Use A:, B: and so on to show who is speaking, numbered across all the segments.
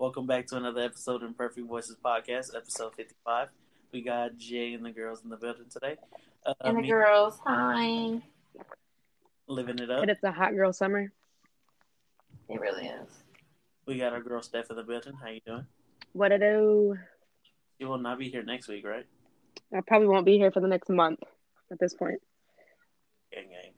A: Welcome back to another episode of Imperfect Voices Podcast, episode 55. We got Jay and the girls in the building today. Uh,
B: and the
A: me
B: girls, hi.
A: Living it up.
C: And it's a hot girl summer.
B: It really is.
A: We got our girl Steph in the building. How you doing?
C: What I do?
A: You will not be here next week, right?
C: I probably won't be here for the next month at this point.
A: Gang, gang.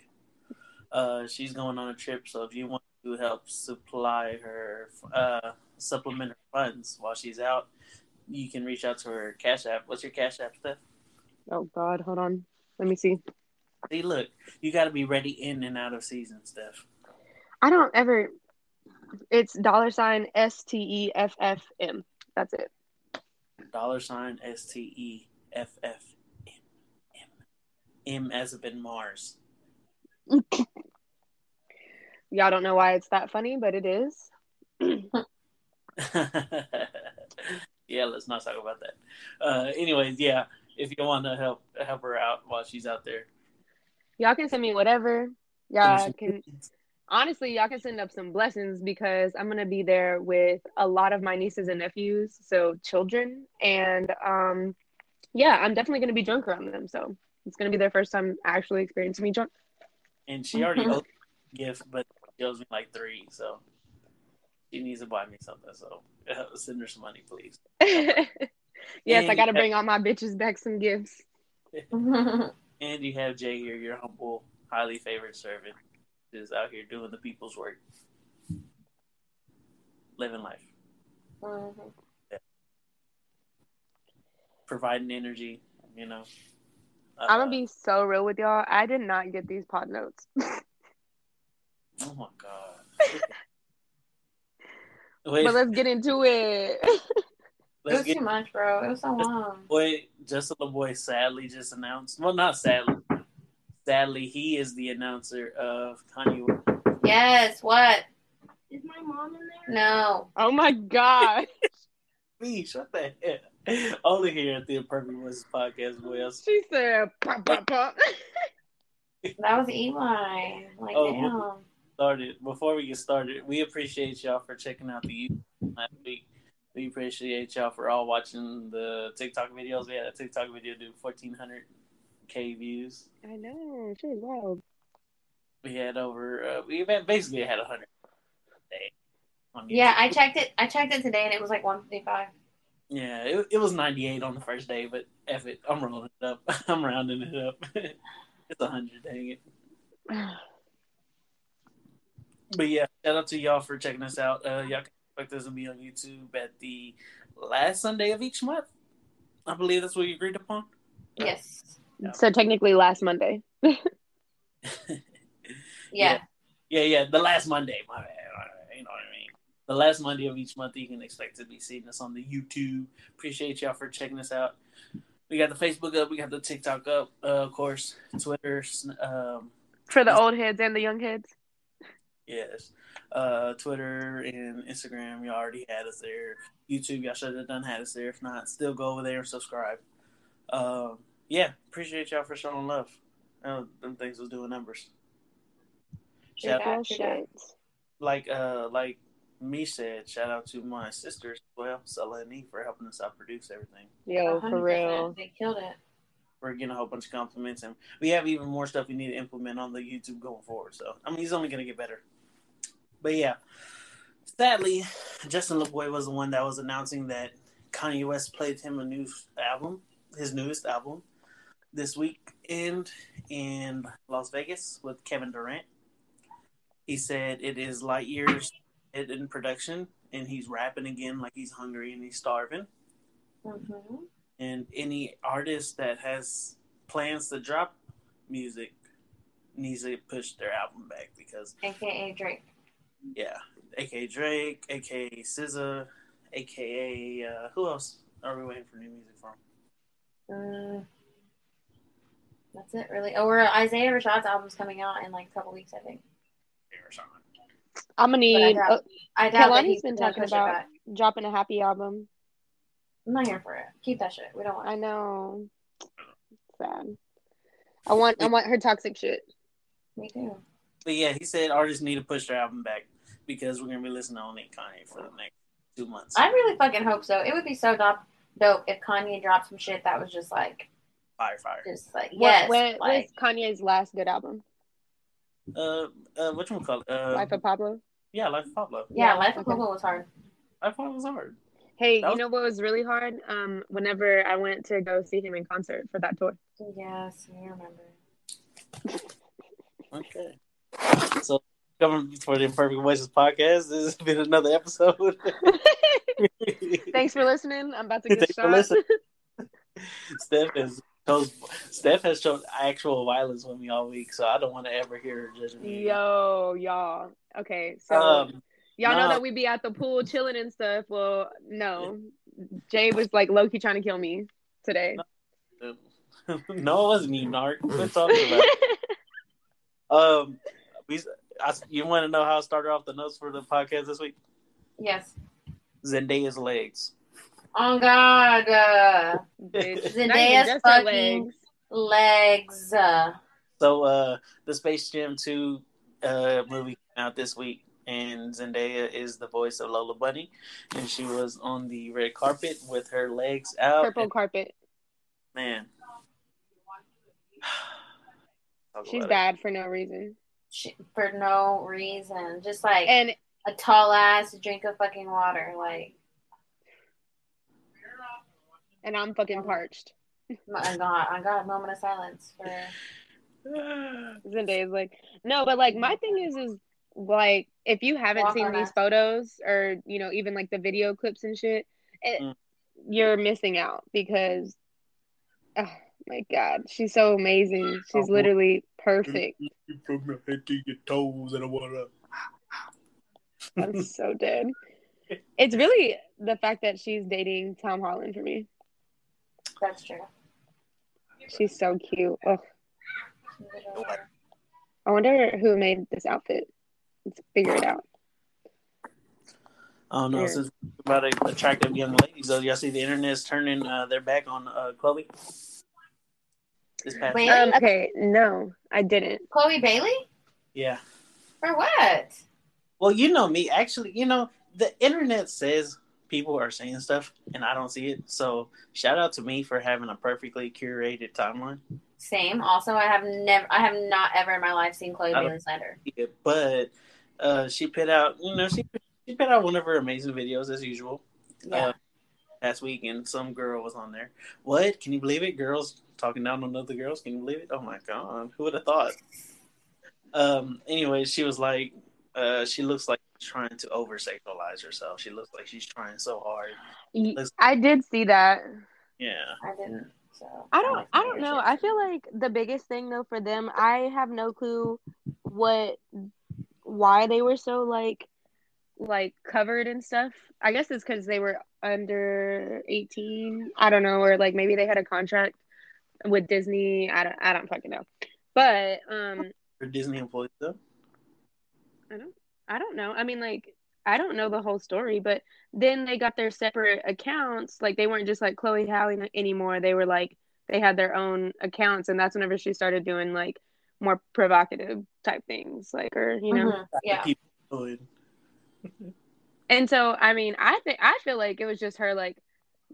A: Uh, she's going on a trip, so if you want to help supply her, uh, supplement her funds while she's out, you can reach out to her Cash App. What's your Cash App, Steph?
C: Oh God, hold on. Let me see.
A: See, look, you got to be ready in and out of season, Steph.
C: I don't ever. It's dollar sign S T E F F M. That's it.
A: Dollar sign S T E F F M M M as in Mars.
C: Y'all don't know why it's that funny, but it is.
A: yeah, let's not talk about that. Uh, anyways, yeah, if you want to help help her out while she's out there,
C: Y'all can send me whatever. Y'all
A: Send
C: can honestly, y'all can send up some blessings because I'm gonna be there with a lot of my nieces and nephews, so children, and um, yeah, I'm definitely gonna be drunk around them. So it's gonna be their first time actually experiencing me drunk.
A: and she already
B: Mhm.
A: owes me a gift, but she owes me like three, so she needs to buy me something. So send her some money, please.
C: yes, I
A: And-
C: gotta bring all my bitches back some gifts.
A: And you have Jay here, your humble, highly favored servant, who's out here doing the people's work, living life,
B: Mhm.
A: providing energy. You know, uh,
C: I'm gonna be so real with y'all. I did not get these pod notes.
A: Oh my god. Wait,
C: but let's get into it.
B: it was
A: let's get
B: too much, bro. It was so long.
A: boy. Justin LeBoy sadly just announced. Well, not sadly. Sadly, he is the announcer of Kanye. West.
B: Yes, what?
D: Is my mom in there?
B: No.
C: oh my god.
A: Me, shut the hell. Only here at the Imperfect Voices podcast. Who else?
C: She said pop pop pop.
B: That was Eli. Like,
A: Oh,
B: damn.
A: started, before we get started, we appreciate y'all for checking out the YouTube last week. We appreciate y'all for all watching the TikTok videos. We had a TikTok video do 1400k views.
C: I know, she was wild.
A: We had over, uh, we had- basically had 100 a day on YouTube.
B: Yeah, I checked it. I checked it today, and it was like 155.
A: yeah, it, it was 98 on the first day, but F it, I'm rolling it up. I'm rounding it up. it's 100, dang it. But yeah, shout out to y'all for checking us out. Uh, y'all can expect us to be on YouTube at the last Sunday of each month. I believe that's what you agreed upon.
B: Yes.
C: So technically last Monday.
B: Yeah.
A: Yeah, yeah, the last Monday. My bad. You know what I mean. The last Monday of each month, you can expect to be seeing us on the YouTube. Appreciate y'all for checking us out. We got the Facebook up. We got the TikTok up. Uh, of course, Twitter. sn- Um,
C: For the old heads and the young heads.
A: Yes. Uh, Twitter and Instagram, y'all already had us there. YouTube, y'all should have done had us there. If not, still go over there and subscribe. Um, yeah, appreciate y'all for showing love. Uh, them things was doing numbers.
B: True
A: Shout
B: that, true that.
A: Like uh, like me said, shout out to my sisters as well, Stella and Nee, for helping us out produce everything.
C: Yo, for
B: 100%.
C: real.
B: They killed it.
A: We're getting a whole bunch of compliments, and we have even more stuff we need to implement on the YouTube going forward. So I mean, he's only gonna get better. But yeah, sadly, Justin LaBoy was the one that was announcing that Kanye West played him a new album, his newest album, this weekend in Las Vegas with Kevin Durant. He said it is light years in production, and he's rapping again like he's hungry and he's starving.
B: Mm-hmm.
A: And any artist that has plans to drop music needs to push their album back because,
B: AKA Drake.
A: yeah, aka Drake, aka SZA, aka uh, who else are we waiting for new music from?
B: Uh, that's it, really. Oh, we're Isaiah Rashad's album's coming out in like a couple weeks, I think.
A: Or something.
C: I'm gonna need.
B: doubt-
C: Uh,
B: I doubt that
C: Kalani's
B: he's
C: been
B: gonna
C: talking
B: push it
C: about
B: back.
C: dropping a happy album.
B: I'm not here for it. Keep that shit. We don't want
C: I know. Sad. I want. I want her toxic shit.
B: it. Me too.
A: But yeah, he said artists need to push their album back because we're gonna be listening to only Kanye for the next two months.
B: I really fucking hope so. It would be so dope, dope if Kanye dropped some shit that was just like,
A: fire, fire.
B: just like,
C: What-
B: yes,
C: What was
B: like,
C: Kanye's last good album?
A: Uh, uh what you call it? Uh,
C: Life of Pablo.
A: yeah, Life of Pablo.
B: yeah,
C: yeah,
B: Life of
C: okay.
B: Pablo was hard.
A: Life of Pablo's hard.
C: Hey,
A: That
C: you
A: was-
C: know what was really hard? Um, whenever I went to go see him in concert for that tour.
B: Yes, I remember.
A: Okay. So coming for the Imperfect Voices podcast, this has been another episode.
C: Thanks for listening. I'm about to get
A: Thanks for
C: shot.
A: listening. Steph has chose Steph has shown actual violence with me all week, so I don't want to ever hear her judging me.
C: Yo, y'all. Okay, so
A: Um,
C: y'all know
A: nah.
C: that we be at the pool chilling and stuff. Well, no, Jay was like low key trying to kill me today.
A: no, it wasn't even Narc. What are you talking about? Um, we, I, you want to know how I started off the notes for the podcast this week?
B: Yes.
A: Zendaya's legs.
B: Oh God, uh,
C: Bitch.
B: Zendaya's
C: Not even just her
B: fucking-
C: legs.
B: legs. Uh,
A: So, uh, the Space Jam 2 uh, movie came out this week, and Zendaya is the voice of Lola Bunny, and she was on the red carpet with her legs out.
C: Purple
A: and,
C: carpet.
A: man. Talk
C: She's
A: about
C: bad for no reason.
B: she, for no reason, just like
C: And
B: a tall ass drink of fucking water. Like,
C: and I'm
A: Oh.
C: fucking parched.
B: my God, my God, moment of silence for.
A: it.
C: Zendaya is like, no, but like my thing is is like if you haven't
B: Walk
C: seen
B: on
C: these
B: that.
C: photos or you know even like the video clips and shit, it,
A: Mm.
C: you're missing out because oh my god, she's so amazing. She's
A: Oh.
C: literally perfect.
A: From your head to your toes, and I wanna.
C: I'm so dead. It's really the fact that she's dating Tom Holland for me.
B: That's true.
C: She's so cute. Ugh. I wonder who made this outfit. Let's figure it out.
A: I don't know.
C: Weird.
A: Since we're about attractive young ladies, though, y'all see the internet's turning uh, their back on uh, Chloe. This past
B: Wait.
C: Um, okay, no, I didn't.
B: Chloe Bailey
A: yeah.
B: for what?
A: Well, you know me. Actually, you know the internet says people are saying stuff, and I don't see it. So shout out to me for having a perfectly curated timeline.
B: Same. Also, I have never, I have not ever in my life seen Chloe
A: I don't-
B: Bailey slander.
A: Yeah, but uh, she put out, you know, she she put out one of her amazing videos as usual.
B: Yeah.
A: Uh, last week, and some girl was on there. What? Can you believe it? Girls talking down on other girls. Can you believe it? Oh my god, who would have thought? Um. Anyway, she was like, uh, she looks like she's trying to over sexualize herself. She looks like she's trying so hard.
C: Y-
A: Let's-
C: I did see that.
A: Yeah.
B: I didn't. So
C: I don't. I don't know. I
B: I
C: feel like the biggest thing though for them, I have no clue what, why they were so like, like covered and stuff. I guess it's because they were under eighteen. I don't know, or like maybe they had a contract with Disney. I don't. I don't fucking know. But um,
A: Her Disney employees though.
C: I don't know. I mean, like, I don't know the whole story, but then they got their separate accounts. Like, they weren't just like Chloe Hallie n- anymore. They were like, they had their own accounts. And that's whenever she started doing like more provocative type things, like, or, you
B: Mm-hmm.
C: know.
B: Yeah.
A: People doing.
C: And so, I mean, I think, I feel like it was just her like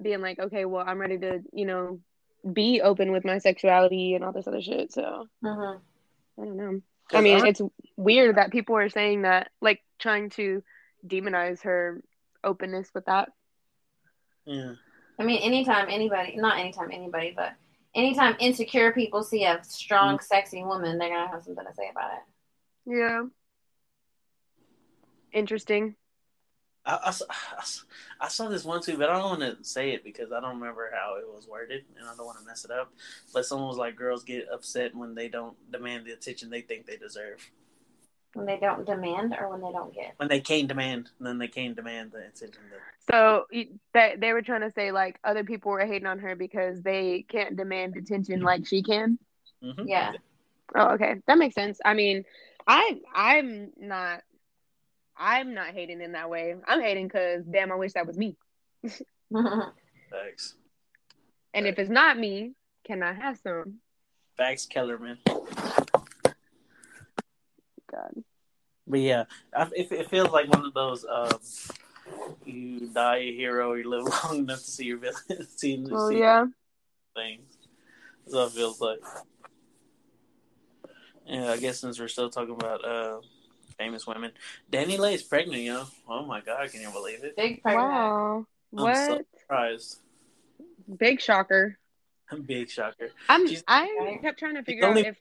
C: being like, okay, well, I'm ready to, you know, be open with my sexuality and all this other shit. So,
B: Mhm.
C: I don't know. I mean, it's weird that people are saying that, like trying to demonize her openness with that.
A: Yeah.
B: I mean, anytime anybody, not anytime anybody, but anytime insecure people see a
A: Mm-hmm.
B: strong, sexy woman, they're gonna have something to say about it.
C: Yeah. Interesting.
A: I, I, saw- I saw- I saw this one too, but I don't want to say it because I don't remember how it was worded, and I don't want to mess it up. But someone was like, "Girls get upset when they don't demand the attention they think they deserve.
B: When they don't demand or when they don't get.
A: When they can't demand, then they can't demand the attention." That,
C: So you- that they were trying to say like other people were hating on her because they can't demand attention like she can.
A: Mhm.
B: Yeah.
C: Oh, okay, that makes sense. I mean, I I'm not I'm not hating in that way. I'm hating because damn, I wish that was me.
A: Facts.
C: And if it's not me, can I have some?
A: Facts, Kellerman.
C: God.
A: But yeah, I, it, it feels like one of those. Um, you die a hero, you live long enough to see your villain, see,
C: Oh
A: see
C: yeah.
A: things. That's what it feels like. Yeah, I guess since we're still talking about uh, famous women, Danny Lay's pregnant, yo. Oh my god, can you believe it?
B: Big pregnant.
C: Wow.
A: I'm so-
C: What?
A: Surprised.
C: Big shocker.
A: Big shocker.
C: I'm
A: She's-
C: I kept trying to figure out
A: only-
C: if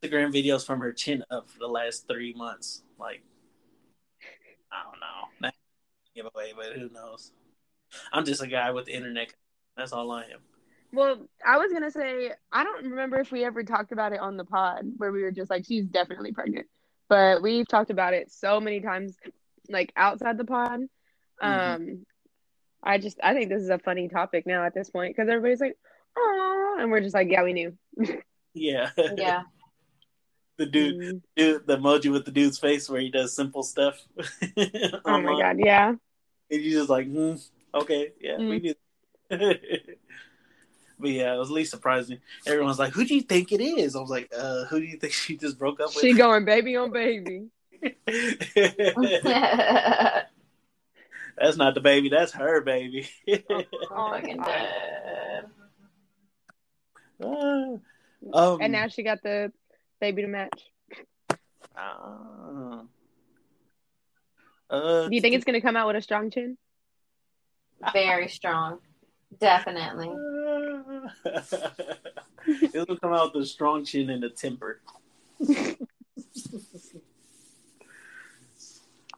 A: Instagram videos from her chin up for the last three months. Like, I don't know. That's a giveaway, but who knows? I'm just a guy with the internet. That's all I am.
C: Well, I was gonna say I don't remember if we ever talked about it on the pod where we were just like she's definitely pregnant, but we've talked about it so many times, like outside the pod.
A: Mm-hmm.
C: Um, I just I think this is a funny topic now at this point because everybody's like, oh, and we're just like, yeah, we knew.
A: Yeah.
B: Yeah.
A: the dude,
C: Mm.
A: dude, the emoji with the dude's face where he does simple stuff.
C: Oh my god, yeah.
A: And you just like, hmm, okay, yeah, we
C: Mm.
A: did. but yeah, it was at least surprising. Everyone's like, who do you think it is? I was like, uh, who do you think she just broke up
C: She
A: with?
C: going baby on baby.
B: I'm
A: that's not the baby, that's her baby.
B: fucking dead.
A: um, and
C: And now she got the baby to match.
A: uh,
C: Do you think it's gonna come out with a strong chin?
B: Very strong. Definitely.
A: It'll come out with a strong chin and a temper.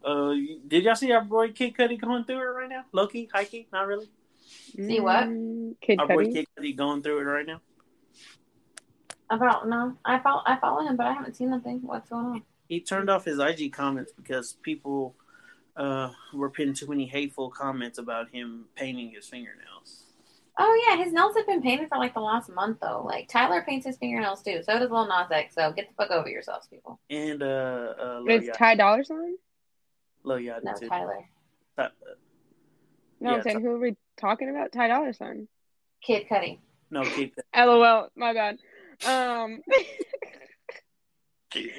A: uh, you- did y'all see our boy Kid Cudi going through it right now? Loki, Hikey, not really.
C: See
B: what?
C: Mm, Kid
A: Our boy
C: Cudi?
A: Kid Cudi going through it right now.
B: About no, I follow I follow him, but I haven't seen nothing. What's going on?
A: He turned off his IG comments because people uh, were putting too many hateful comments about him painting his fingernails.
B: Oh yeah, his nails have been painted for like the last month though. Like Tyler paints his fingernails too. So does Lil Nas X. So get the fuck over yourselves, people.
A: And uh, uh, Lil
C: It's
A: Yachty,
C: Ty Dolla Sign.
A: Lil
B: No,
A: Yachty too.
B: Tyler.
A: Uh,
C: No,
A: Yeah,
C: I'm saying
A: Ty-
C: who are we talking about? Ty Dolla Sign.
B: Kid Cudi.
A: No, Kid
C: LOL. My bad. Um,
A: Cudi.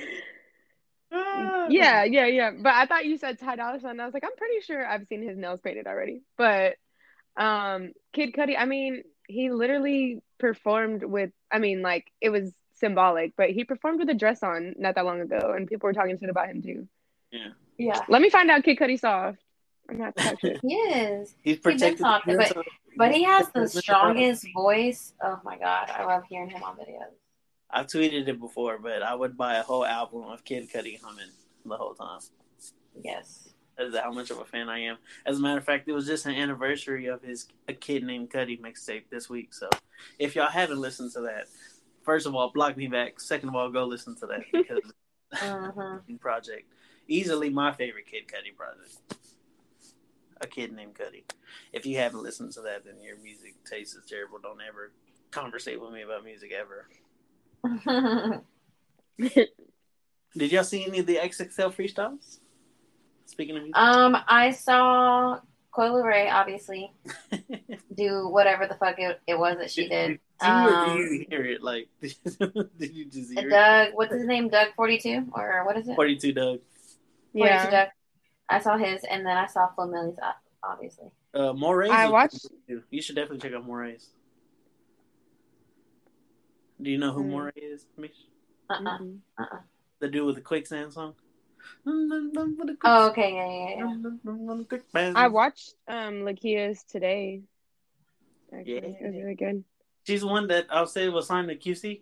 C: yeah, yeah, yeah. But I thought you said Ty Dolla Sign. and I was like, I'm pretty sure I've seen his nails painted already. But um, Kid Cudi. I mean, he literally performed with. I mean, like it was symbolic, but he performed with a dress on not that long ago, and people were talking shit about him too.
B: Yeah.
C: Let me find out Kid Cudi soft. I'm not talking.
B: He is.
A: He's
B: been
A: protected.
B: talking, but-
A: against-
B: But he has the strongest voice. Oh my god, I love hearing him on videos.
A: I've tweeted it before, but I would buy a whole album of Kid Cudi humming the whole time.
B: Yes.
A: That's how much of a fan I am. As a matter of fact, it was just an anniversary of his A Kid Named Cudi mixtape this week. So if y'all haven't listened to that, first of all, block me back. Second of all, go listen to that because
B: hmm
A: it's a project. Easily my favorite Kid Cudi project. A Kid Named Cudi. If you haven't listened to that, then your music taste is terrible. Don't ever conversate with me about music ever. Did y'all see any of the XXL freestyles? Speaking of
B: um, I saw Coil Ray obviously do whatever the fuck it, it was that she did.
A: do you, or
B: Um,
A: do you hear it? Like, did you just hear it?
B: Doug, what's his name? Doug forty two or what is it?
A: 42 Doug.
B: Forty two
C: yeah,
B: Doug. I saw his, and then I saw Flo Milli's uh, obviously.
A: Uh, Moray's.
C: I
A: is
C: watched-
A: 42. You should definitely check out Moray's. Do you know who
C: Hmm.
A: Moray is, Mish?
B: Uh uh
C: Mhm.
B: uh uh.
A: The dude with the quicksand song?
B: Oh, okay, yeah, yeah, yeah.
C: I
A: Oh, I
C: watched um Lakia's today. Actually,
A: Yeah.
C: it was really good.
A: She's the one that I'll say was signed to QC.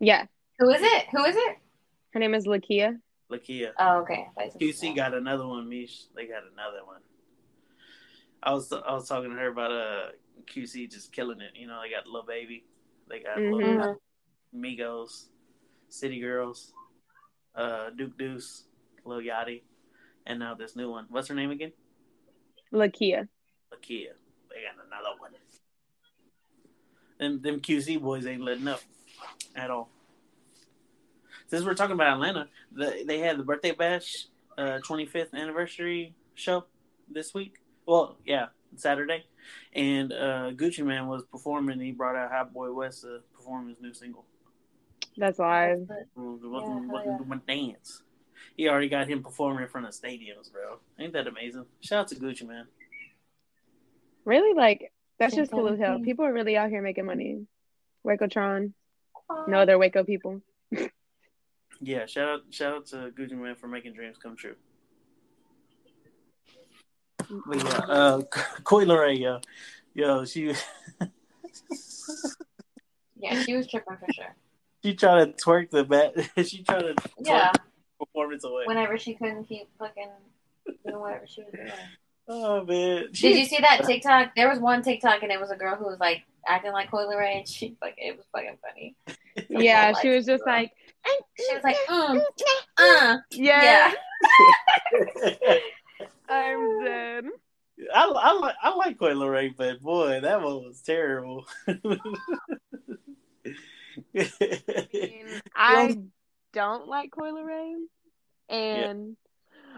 C: Yeah,
B: Who is it? Who is it?
C: her name is Lakia.
A: Lakia.
B: Oh, okay. I thought you
A: QC
B: said-
A: got another one. Mish, they got another one. I was I was talking to her about uh QC just killing it. You know, they got Lil Baby, they got Lil
C: Mhm.
B: Mhm.
A: Migos, City Girls, uh Duke Deuce, Lil Yachty, and now this new one. What's her name again?
C: Lakia.
A: Lakia. They got another one. Them them QC boys ain't letting up at all. Since we're talking about Atlanta, the, they had the birthday bash, uh, 25th anniversary show this week. Well, yeah, Saturday, and uh, Gucci Man was performing. He brought out Hot Boy West to perform his new single.
C: That's live.
A: Welcome,
B: Yeah,
A: welcome to my dance. He already got him performing in front of stadiums, bro. Ain't that amazing? Shout out to Gucci Man.
C: Really, like that's
B: Think
C: just cool as hell.
B: everything.
C: People are really out here making money. Wacotron.
B: um,
C: No other Waco people.
A: Yeah, shout out shout out to Gucci Man for making dreams come true. But yeah, uh Koi Leray, yo. Yo, she
B: Yeah, she was tripping for sure.
A: she tried to twerk the bat she tried to twerk
B: Yeah,
A: the performance away.
B: whenever she couldn't keep fucking doing whatever she was doing.
A: Oh man.
B: Did you see that TikTok? There was one TikTok and it was a girl who was like acting like Coily Ray and she like it was fucking funny.
C: Yeah, she was just like,
B: She was like, mm, uh,
C: yeah,
A: I,
C: I'm dead.
A: I like I like Koi Leray, but boy, that one was terrible.
C: I mean, I don't like Coil Ray, and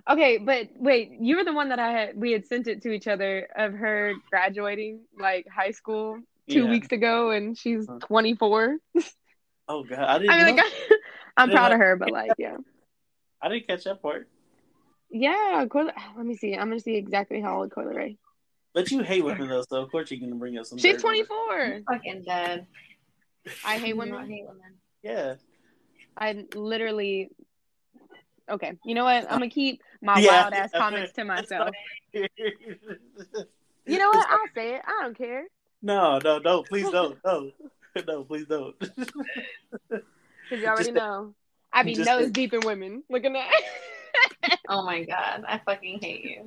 C: okay, but wait, you were the one that I had we had sent it to each other of her graduating like high school two
A: Yeah.
C: weeks ago, and she's
A: Huh.
C: 24.
A: Oh god, I didn't
C: I mean,
A: know-
C: like, I'm
A: Did
C: proud
A: I-
C: of her, but like, yeah,
A: I didn't catch that part.
C: yeah. Coi- let me see. I'm gonna see exactly how old Coil Ray.
A: But you hate women though, so of course you're gonna bring up some.
C: She's
A: dirt on her.
C: 24.
B: fucking dead.
C: I hate
B: I
C: women.
B: hate women.
A: Yeah.
C: I literally. Okay, you know what? I'm gonna keep my
A: Uh, Yeah.
C: wild ass comments to myself. You
A: you
C: know what? I'll say it. I don't care.
A: No, no, no! Please don't, no, no, please don't.
C: Cause you already
A: Just-
C: know. I be
A: just-
C: nose deep in women. Look at that.
B: Oh my god, I fucking hate you.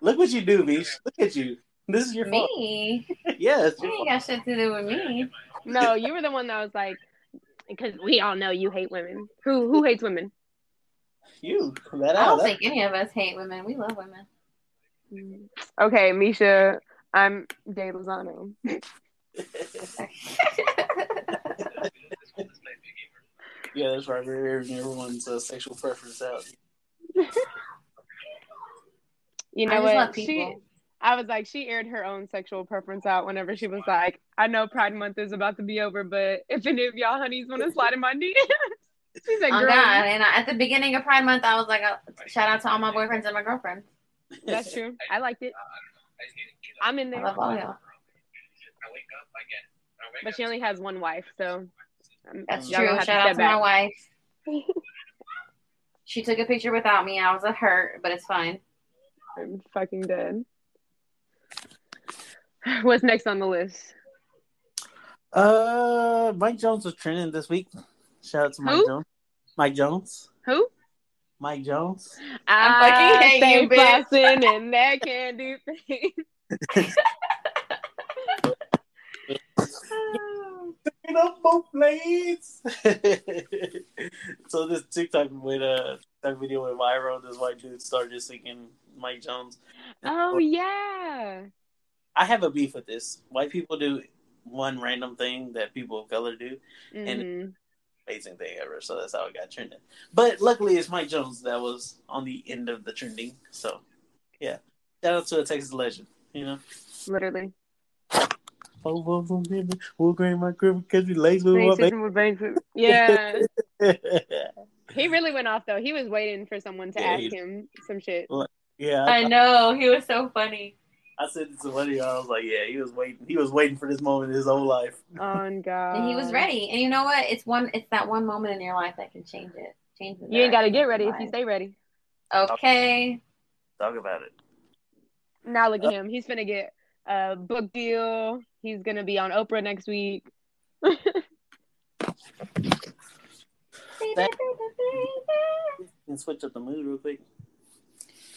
A: Look what you do, Mish. Look at you. This is your fault.
B: Me?
A: Yes.
B: You ain't got shit to do with me.
C: no, you were the one that was like, because we all know you hate women. Who who hates women?
A: You. That
B: I
A: out.
B: don't think any of us hate women. We love women.
C: Okay, Misha, I'm Jay Lozano.
A: yeah, that's right. We're airing everyone's uh, sexual preference out.
B: I
C: You know
B: just love
C: what? She,
B: people.
C: I was like, she aired her own sexual preference out whenever she was like, I know Pride Month is about to be over, but if any of y'all honeys want to slide in my DMs, she said,
B: Oh
C: girl,
B: god! And I, at the beginning of Pride Month, I was like, uh, shout out to all my boyfriends and my girlfriends.
C: that's true. I liked it. I'm in
B: I
C: there.
B: love all y'all.
C: But she only has one wife, so um,
B: That's
C: y'all
B: true.
C: gonna have
B: Shout out to
C: step
B: my
C: back.
B: wife. she took a picture without me. I was a hurt, but it's fine.
C: I'm fucking dead. What's next on the list?
A: Uh, Mike Jones was trending this week. Shout out to Mike
C: Who?
A: Jones. Mike Jones.
C: Who?
A: Mike Jones.
B: I fucking hate
C: stay
B: you, bitch.
C: bustin' and that candy thing.
A: picking up both blades. so this TikTok with a TikTok video went viral. This white dude started just singing Mike Jones.
C: Oh yeah.
A: I have a beef with this. White people do one random thing that people of color do,
C: Mhm.
A: amazing thing ever. So that's how it got trending. But luckily, it's Mike Jones that was on the end of the trending. So yeah, shout out to a Texas legend. You know,
C: Literally.
A: oh, oh, oh, baby, we'll grade my crib because we lazy. with
C: Thanks,
A: my
C: Susan, we're thanks- Yeah.
A: baby.
C: He really went off though. He was waiting for someone to
A: Yeah,
C: ask
A: he-
C: him some shit.
A: yeah, I-
B: I know he was so funny.
A: I said it to one of y'all. I was like, "Yeah, he was waiting. He was waiting for this moment his whole life."
C: On God.
B: And he was ready. And you know what? It's one. It's that one moment in your life that can change it. Change the
C: You ain't got to get
B: direction.
C: ready if you stay ready.
B: Okay.
A: Talk about it.
C: Now
B: Uh,
C: look at him. He's gonna get a book deal. He's gonna be on Oprah next week.
A: That- Can switch up the mood real quick.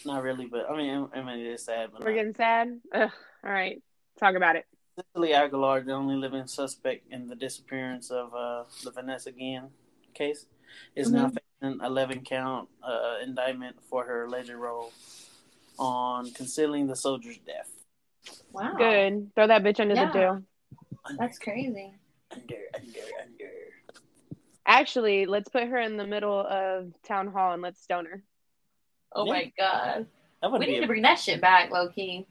A: Not really, but I mean, I mean, it's sad. But
C: We're
A: not.
C: getting sad. Ugh. All right, talk about it.
A: Cecily Aguilar, the only living suspect in the disappearance of uh, the Vanessa Guillen case, is now
B: Mm-hmm.
A: facing an 11 count uh, indictment for her alleged role on concealing the soldier's death.
B: Wow.
C: Good. Throw that bitch under
B: Yeah.
C: the jail.
B: That's crazy.
A: Under, under, under.
C: Actually, let's put her in the middle of town hall and let's stone her.
B: Oh
A: Yeah.
B: my god.
A: That would
B: We
A: be
B: need
A: a,
B: to bring that shit back, low key.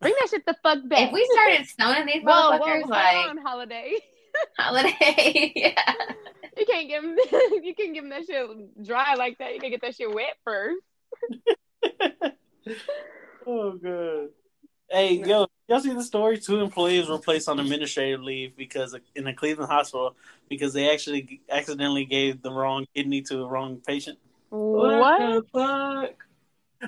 C: Bring that shit the fuck back.
B: If we started stoning these
C: whoa, whoa,
B: motherfuckers
C: hold
B: like
C: on, holiday.
B: holiday, yeah.
C: You can't give him. you can give him that shit dry like that. You can get that shit wet first.
A: oh god. Hey, yo, y'all see the story? Two employees were placed on administrative leave because in a Cleveland hospital because they actually accidentally gave the wrong kidney to the wrong patient.
C: What?
A: the fuck?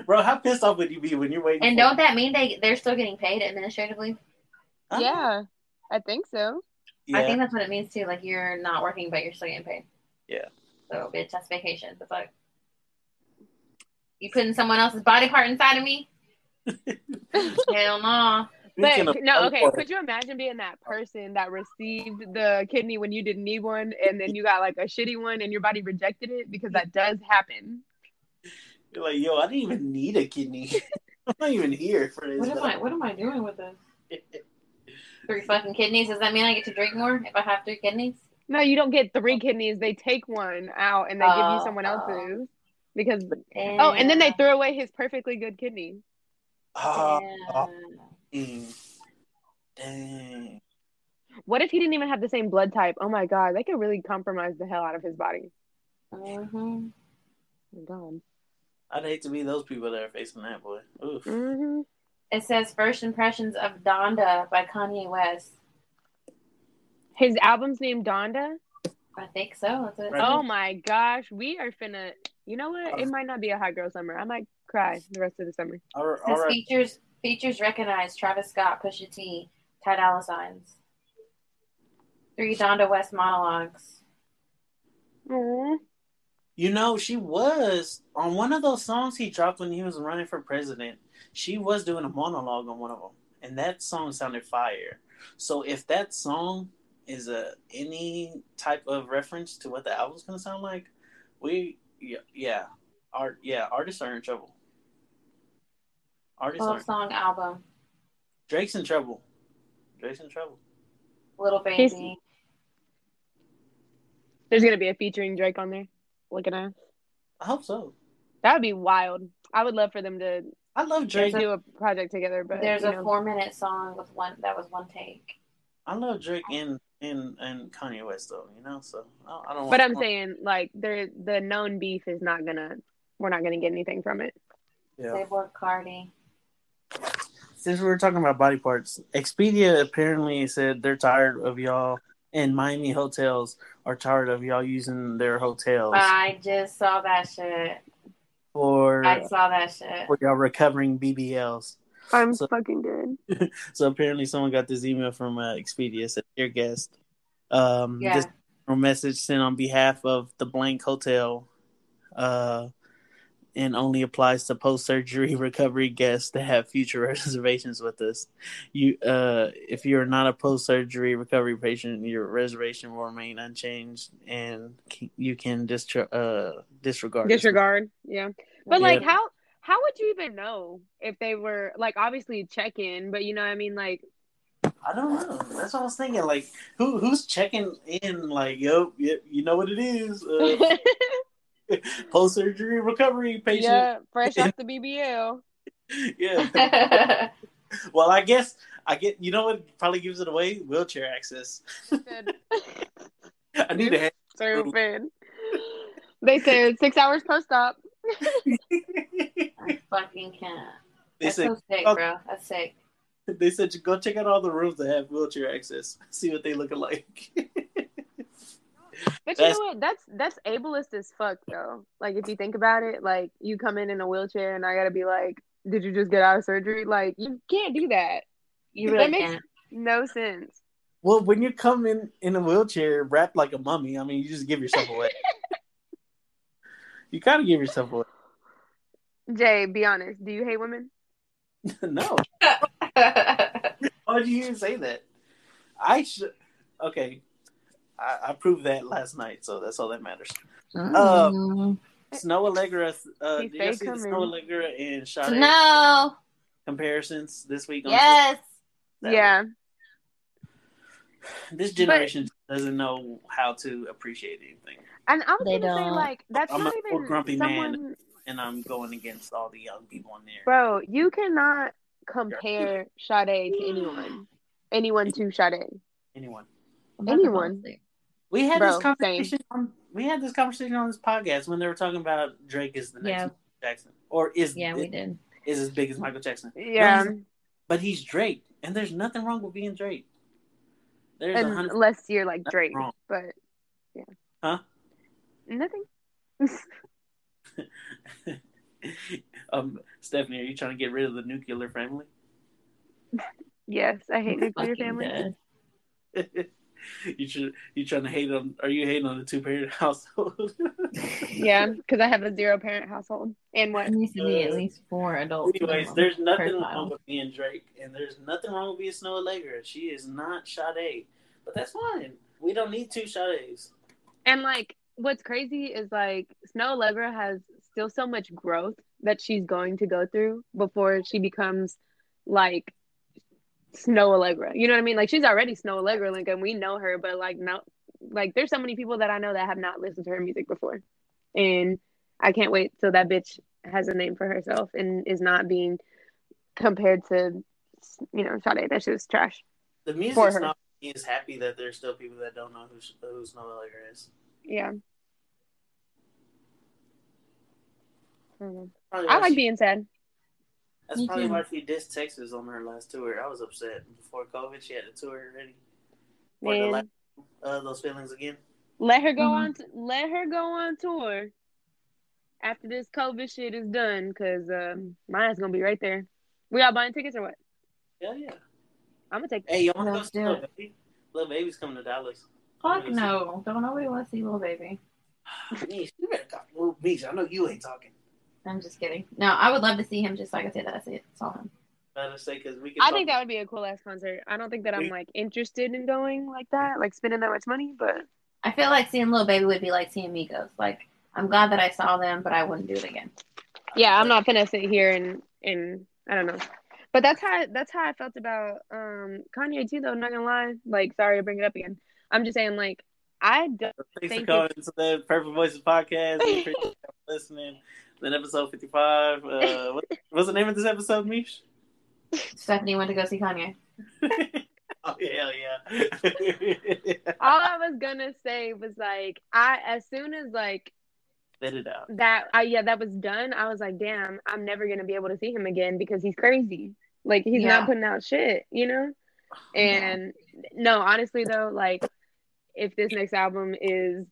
A: Bro, how pissed off would you be when you're waiting?
B: And
A: for-
B: don't that mean they they're still getting paid administratively?
A: Huh?
C: Yeah, I think so.
A: Yeah.
B: I think that's what it means too. Like you're not working, but you're still getting paid.
A: Yeah.
B: So bitch, that's vacation. The fuck. You putting someone else's body part inside of me? Hell no.
A: Speaking of
C: But no, okay.
A: teleport,
C: Could you imagine being that person that received the kidney when you didn't need one, and then you got like a shitty one, and your body rejected it because that does happen.
A: You're like, yo, I didn't even need a kidney. I'm not even here for this.
B: What am
A: but
B: I? What am I doing with this? Three fucking kidneys. Does that mean I get to drink more if I have three kidneys?
C: No, you don't get three kidneys. They take one out and they give you
B: Oh,
C: someone
B: oh.
C: else's because. Oh, and then they threw away his perfectly good kidney.
A: Ah,
B: Yeah.
A: dang. Dang.
C: What if he didn't even have the same blood type? Oh my god, that could really compromise the hell out of his body.
B: Mhm.
C: Oh my God.
A: I'd hate to be those people that are facing that boy. Oof.
C: hmm
B: It says first impressions of Donda by Kanye West.
C: His album's named Donda.
B: I think so. That's what it says.
C: Oh my gosh, we are finna. You know what? It might not be a hot girl summer. I might cry the rest of the summer.
A: All right,
B: It
A: all
B: says
A: right.
B: features features recognized Travis Scott, Pusha T, Ty Dolla Signs. Three Donda West monologues.
C: Aw.
A: You know, she was on one of those songs he dropped when he was running for president. She was doing a monologue on one of them, and that song sounded fire. So, if that song is a any type of reference to what the album's gonna sound like, we yeah, yeah art yeah artists are in trouble. Artists are
B: Twelve song album.
A: Drake's in trouble. Drake's in trouble.
B: Little baby.
C: There's gonna be a featuring Drake on there. Looking at
A: I hope so.
C: that would be wild. I would love for them to
A: I love Drake.
C: do a project together, but
B: There's
C: you
B: a
C: know.
B: four minute song with one that was one take.
A: I love Drake and and and Kanye West though. You know, so I, I don't.
C: But
A: want-
C: I'm saying like there the known beef is not gonna. We're not gonna get anything from it.
A: Yeah.
B: Playboy Cardi.
A: since we were talking about body parts, Expedia apparently said they're tired of y'all and Miami hotels are tired of y'all using their hotels
B: I just saw that shit.
A: for
B: I saw that shit.
A: for y'all recovering BBLs.
C: I'm
A: So-
C: fucking dead.
A: So apparently someone got this email from uh, Expedia said dear guest, um
B: Yeah.
A: this or message sent on behalf of the blank hotel uh and only applies to post surgery recovery guests that have future reservations with us. You uh if you're not a post surgery recovery patient, your reservation will remain unchanged and c- you can distra- uh disregard this.
C: Disregard. Yeah. But
A: Yeah.
C: like how how would you even know if they were like obviously check in, but you know what I mean like
A: I don't know. That's what I was thinking like who who's checking in like yo, yep, you know what it is. Uh, post surgery recovery patient.
C: yeah, fresh off the BBL.
A: yeah. Well, I guess I get. You know what probably gives it away? Wheelchair access. I need to. Have,
C: Stupid. They said six hours post op.
B: I fucking can't.
A: they oh.
B: That's
A: said
B: so sick,
A: fuck.
B: bro. That's sick.
A: they said go check out all the rooms that have wheelchair access. See what they look like.
C: But
A: That's-
C: you know what? That's that's ableist as fuck though. Like if you think about it, like you come in in a wheelchair and I gotta be like, did you just get out of surgery? Like you can't do that.
B: You
C: That
B: really
C: makes-
B: can't.
C: No sense.
A: Well, when you come in in a wheelchair wrapped like a mummy, I mean, you just give yourself away. you kind of give yourself away.
C: Jay, be honest. Do you hate women?
A: no, why would you even say that? I should. Okay, I, I proved that last night, so that's all that matters.
B: Mm.
A: Snow Allegra, uh,
C: He
A: did you
C: stayed
A: see the
C: coming.
A: Snow Allegra and Sade
B: no.
A: comparisons this week? on
B: Yes.
A: Saturday?
C: Yeah.
A: this generation doesn't know how to appreciate anything,
C: And I was
B: They
C: gonna say
B: don't.
C: like that's
A: I'm
C: not
A: an old
C: even
A: grumpy man.
C: someone
A: and I'm going against all the young people in there.
C: Bro, you cannot compare Sade to anyone. Anyone to Sade.
A: Anyone?
C: Anyone.
A: We had
C: Bro,
A: this conversation. On, we had this conversation on this podcast when they were talking about Drake is the next
B: Yeah.
A: Michael Jackson, or is
B: Yeah, we did.
A: is as big as Michael Jackson.
C: Yeah.
A: But he's, but he's Drake, and there's nothing wrong with being Drake. There's a hundred.
C: Unless you're like
A: That's
C: Drake.
A: wrong.
C: But yeah.
A: Huh?
C: Nothing.
A: um, Stephanie, are you trying to get rid of the nuclear family?
C: Yes, I hate nuclear
B: Fucking
C: family.
B: dead.
A: you should. You trying to hate on? Are you hating on the two parent household?
C: Yeah, because I have a zero parent household. And what?
B: It needs to be at least four adults.
A: Anyways,
B: minimum
A: there's nothing
B: per
A: wrong
B: child.
A: with being Drake, and there's nothing wrong with being Snow Allegra. She is not Sade, but that's fine. We don't need two Sade's.
C: And like, what's crazy is like Snow Allegra has still so much growth that she's going to go through before she becomes like Snow Allegra. You know what I mean? Like she's already Snow Allegra, like, and we know her, but like, no, like there's so many people that I know that have not listened to her music before, and I can't wait till that bitch has a name for herself and is not being compared to, you know, Sade. That shit was trash.
A: The
C: For
A: music
C: her.
A: snob is happy that there's still people that don't know who, who Snow Allegra is.
C: Yeah.
A: Probably
C: I
A: why
C: like
A: she-
C: being sad.
A: That's
B: Me
A: probably
B: too.
A: why she dissed Texas on her last tour. I was upset before COVID. She had a tour already. Or the
C: Man.
A: last, uh, those feelings again.
C: Let her go
B: Mhm.
C: on. T- let her go on tour after this COVID shit is done, cause um, mine's gonna be right there. We all buying tickets or what?
A: Yeah, yeah.
C: I'm gonna take.
A: Hey, you want to go
B: Let's
A: see
B: do
A: Lil
B: it.
A: Baby? Lil Baby's coming to Dallas.
B: Fuck no. Don't nobody want to see little baby.
A: Meesh, you better go. Well, Meesh, I know you ain't talking.
B: I'm just kidding. No, I would love to see him just so I could say that I see- saw him.
A: Better say because we can.
C: I
A: talk-
C: think that would be a cool ass concert. I don't think that I'm
A: We-
C: like interested in going like that, like spending that much money. But
B: I feel like seeing little baby would be like seeing Migos. Like I'm glad that I saw them, but I wouldn't do it again.
C: yeah, I'm not gonna sit here and and I don't know. But that's how that's how I felt about um Kanye too. Though not gonna lie, like sorry to bring it up again. I'm just saying like I don't.
A: Thanks for
C: Thank
A: calling to the Perfect Voices podcast. We appreciate you listening. Then episode fifty-five. Uh, what, what's the name of this episode, Meesh?
B: Stephanie went to go see Kanye.
A: oh yeah, hell yeah.
C: All I was gonna say was like I as soon as like
A: Let it out.
C: that I yeah that was done i was like damn i'm never gonna be able to see him again because he's crazy like he's
B: Yeah.
C: not putting out shit you know and no honestly though like if this next album is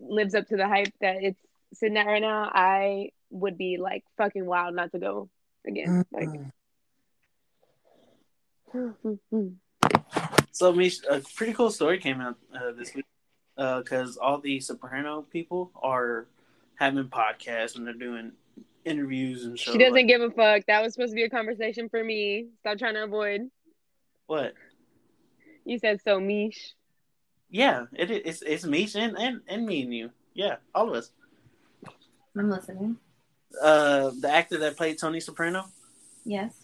C: lives up to the hype that it's sitting at right now i would be like fucking wild not to go again like Hmm,
A: So, Mish, a pretty cool story came out uh, this week because all the Soprano people are having podcasts and they're doing interviews and shows.
C: she doesn't
A: like-
C: give a fuck that was supposed to be a conversation for me stop trying to avoid
A: what?
C: you said so mish
A: Yeah, it, i- it's it's Mish and, and and me and you. Yeah, all of us.
B: I'm listening.
A: Uh, the actor that played Tony Soprano.
B: Yes.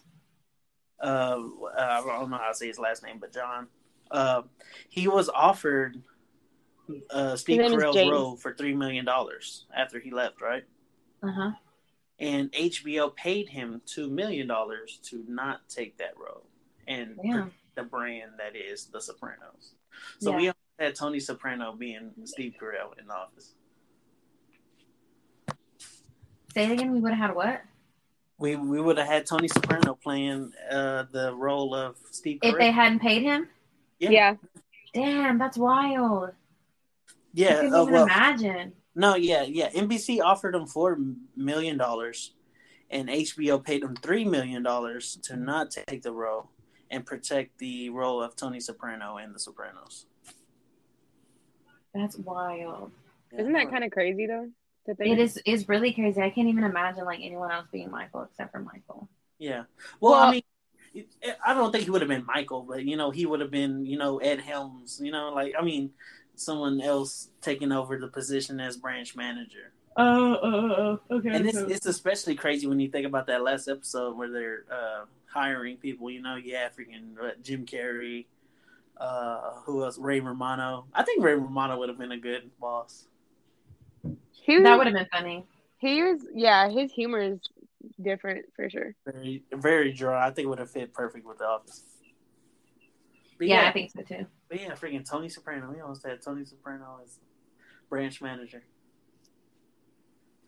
A: uh, I don't know how to say his last name, but John. Uh, he was offered uh, Steve
C: name is
A: Carell's
C: James.
A: role for three million dollars after he left, right?
B: Uh huh.
A: And HBO paid him two million dollars to not take that role and
B: Yeah.
A: protect the brand that is The Sopranos. So
B: Yeah.
A: we almost had Tony Soprano being Steve Carell in the office.
B: Say it again. We would have had what?
A: We we would have had Tony Soprano playing uh, the role of Steve
B: If they
A: Carell.
B: hadn't paid him?
A: Yeah.
C: yeah
B: Damn, that's wild. I
A: Yeah.
B: can't
A: uh,
B: even
A: well,
B: imagine.
A: no, yeah, yeah. NBC offered them $4 million, and HBO paid them $3 million to not take the role and protect the role of Tony Soprano in The Sopranos.
B: That's wild.
C: Isn't that kind of crazy though? To
B: It
C: think
B: is is really crazy. I can't even imagine like anyone else being Michael except for Michael.
A: Yeah. Well, I
C: Well-
A: mean, I don't think he would have been Michael, but you know, he would have been, you know, Ed Helms. You know, like I mean, someone else taking over the position as branch manager.
D: Oh, oh, oh, okay.
A: And it's
D: okay.
A: it's especially crazy when you think about that last episode where they're uh, hiring people. You know, yeah, freaking uh, Jim Carrey. Uh, who else? Ray Romano. I think Ray Romano would have been a good boss.
C: he was,
B: That would have been funny.
C: he was yeah, his humor is different for sure.
A: Very very dry. I think would have fit perfect with the office. But
B: Yeah, I think so too.
A: But yeah, freaking Tony Soprano. We almost had Tony Soprano as branch manager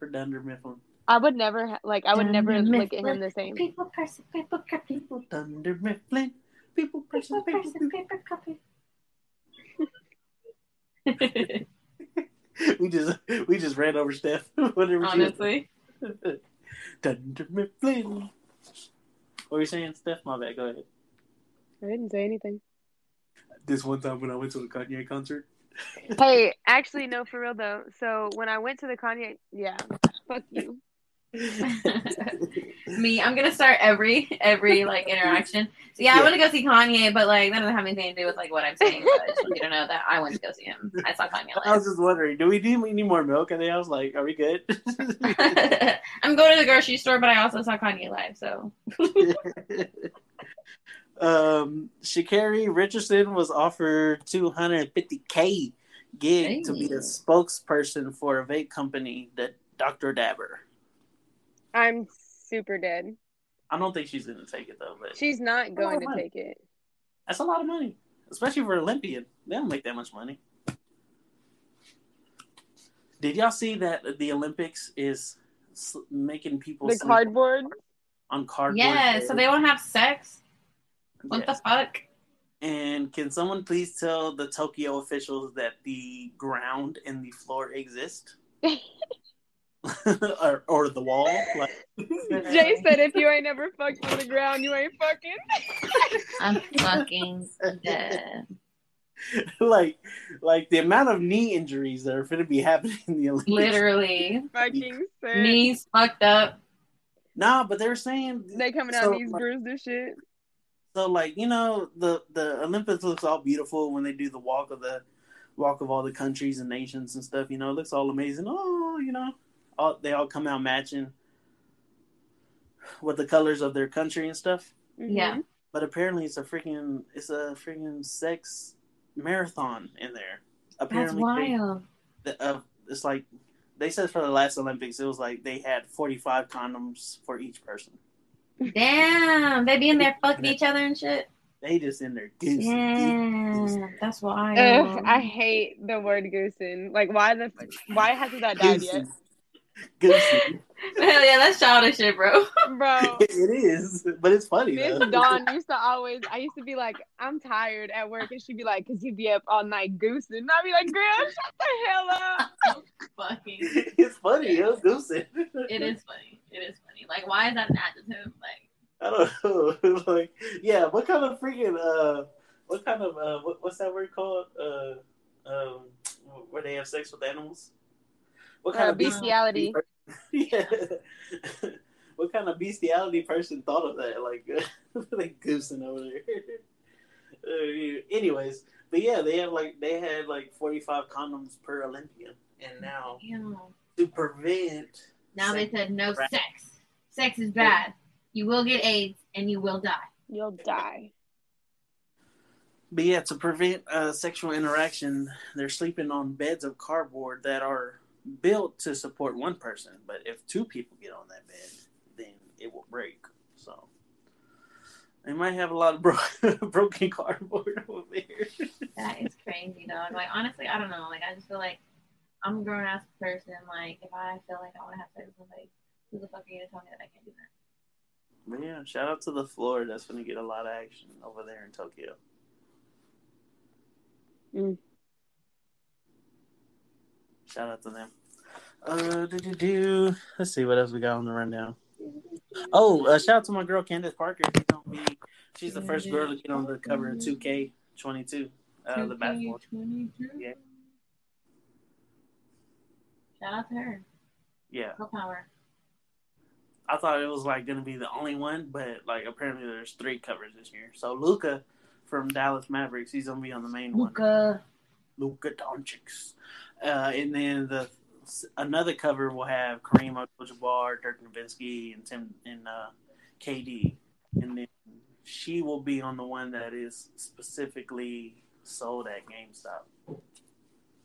A: for Dunder Mifflin.
C: I would never ha- like I would never
B: Dunder
C: look at him
B: Mifflin.
C: the same.
B: People person, people cup, people
A: Dunder Mifflin. People, person,
B: people
A: people,
B: person, paper cup.
A: people. We just we just ran over Steph. Whatever
B: Honestly,
A: she was. Dunder Mifflin. What were you saying, Steph? My bad. Go ahead.
C: I didn't say anything.
A: This one time when I went to a Kanye concert.
C: Hey, actually no for real though. So when I went to the Kanye yeah, fuck you.
B: me. I'm gonna start every every like interaction. So yeah,
A: Yeah.
B: I want to go see Kanye, but like that doesn't have anything to do with like what I'm saying. But you don't know that I went to go see him. I saw Kanye.
A: I
B: live.
A: was just wondering, do we need any more milk? And then I was like, are we good?
B: I'm going to the grocery store, but I also saw Kanye live. So
A: um, Shakari Richardson was offered 250k gig to be
B: Hey.
A: a spokesperson for a vape company that Dr. Dabber.
C: I'm super dead.
A: I don't think she's gonna take it though, but
C: She's not going to
A: my.
C: take it.
A: that's a lot of money, especially for Olympian. They don't make that much money. Did y'all see that the Olympics is s- making people
C: The
A: sleep
C: cardboard.
A: on cardboard?
B: yeah, so they won't have sex. What
A: Yes.
B: the fuck?
A: And can someone please tell the Tokyo officials that the ground and the floor exist? or, or the wall? Like,
C: Jay said if you ain't never fucked on the ground, you ain't fucking.
B: I'm fucking dead.
A: like, like the amount of knee injuries that are going to be happening in the Olympics.
B: Literally,
C: Fucking sick.
B: knees fucked up.
A: Nah, but they're saying
C: They coming out
A: So,
C: these
A: like-
C: bruised and shit.
A: so. Like you know, the the Olympics looks all beautiful when they do the walk of the walk of all the countries and nations and stuff. You know, it looks all amazing. Oh, you know, all they all come out matching with the colors of their country and stuff.
B: Yeah.
C: Mhm.
A: But apparently, it's a freaking it's a freaking sex marathon in there.
B: That's
A: Apparently, they-
B: wild.
A: the, uh, it's like they said for the last Olympics, it was like they had forty five condoms for each person.
B: Damn, they be in there fucking each other and shit.
A: They just in there goose.
B: Mm. Yeah, that's wild.
C: Ugh,
B: Mm-hmm.
C: I hate the word goosen. Like, why the why hasn't that died yet,
A: Goosey.
B: Hell yeah, that's childish shit, bro.
C: bro?
A: it is, but it's funny
C: Miss
A: though.
C: Dawn used to always. I used to be like, I'm tired at work, and she'd be like, "Cause you'd be up all night goosing." And I'd be like, "Girl, shut the hell up."
B: fucking.
A: It's funny, yo, goosey.
B: It is funny. It is funny. Like, why is that an adjective? Like,
A: I don't know. like, yeah, what kind of freaking uh, what kind of uh, what, what's that word called? Uh, um, where they have sex with animals? What
C: Uh, bestiality.
A: yeah. what kind of bestiality person thought of that? Like, like goosing over there. Uh, anyways, but yeah, they have like they had like forty five condoms per Olympian, and now
B: damn.
A: to prevent
B: Now they
A: Sex.
B: said no sex. Sex is bad. You will get AIDS and you will die.
C: You'll die.
A: But yeah, to prevent uh, sexual interaction, they're sleeping on beds of cardboard that are built to support one person. But if two people get on that bed, then it will break. So they might have a lot of bro- broken cardboard over there.
B: That is crazy, dog. Like, honestly, I don't know. Like, I just feel like I'm a grown ass person. Like, if I feel like I want to have sex with somebody, who the fuck are you to tell me that I can't do that?
A: But yeah, shout out to the floor. That's going to get a lot of action over there in Tokyo.
C: Mm.
A: Shout out to them. Uh, do, do, do. Let's see what else we got on the rundown. Oh, uh, shout out to my girl Candace Parker. She's, gonna be, she's the first girl to get on the cover of 2K22, uh, the basketball. Yeah.
B: Shout out to her.
A: Yeah,
B: Girl power.
A: I thought it was like gonna be the only one, but like apparently there's three covers this year. So Luca from Dallas Mavericks, he's gonna be on the main one.
B: Luca.
A: Luka Doncic. Uh, and then the another cover will have Kareem Abdul-Jabbar, Dirk Nowitzki, and Tim and uh, KD. And then she will be on the one that is specifically sold at GameStop.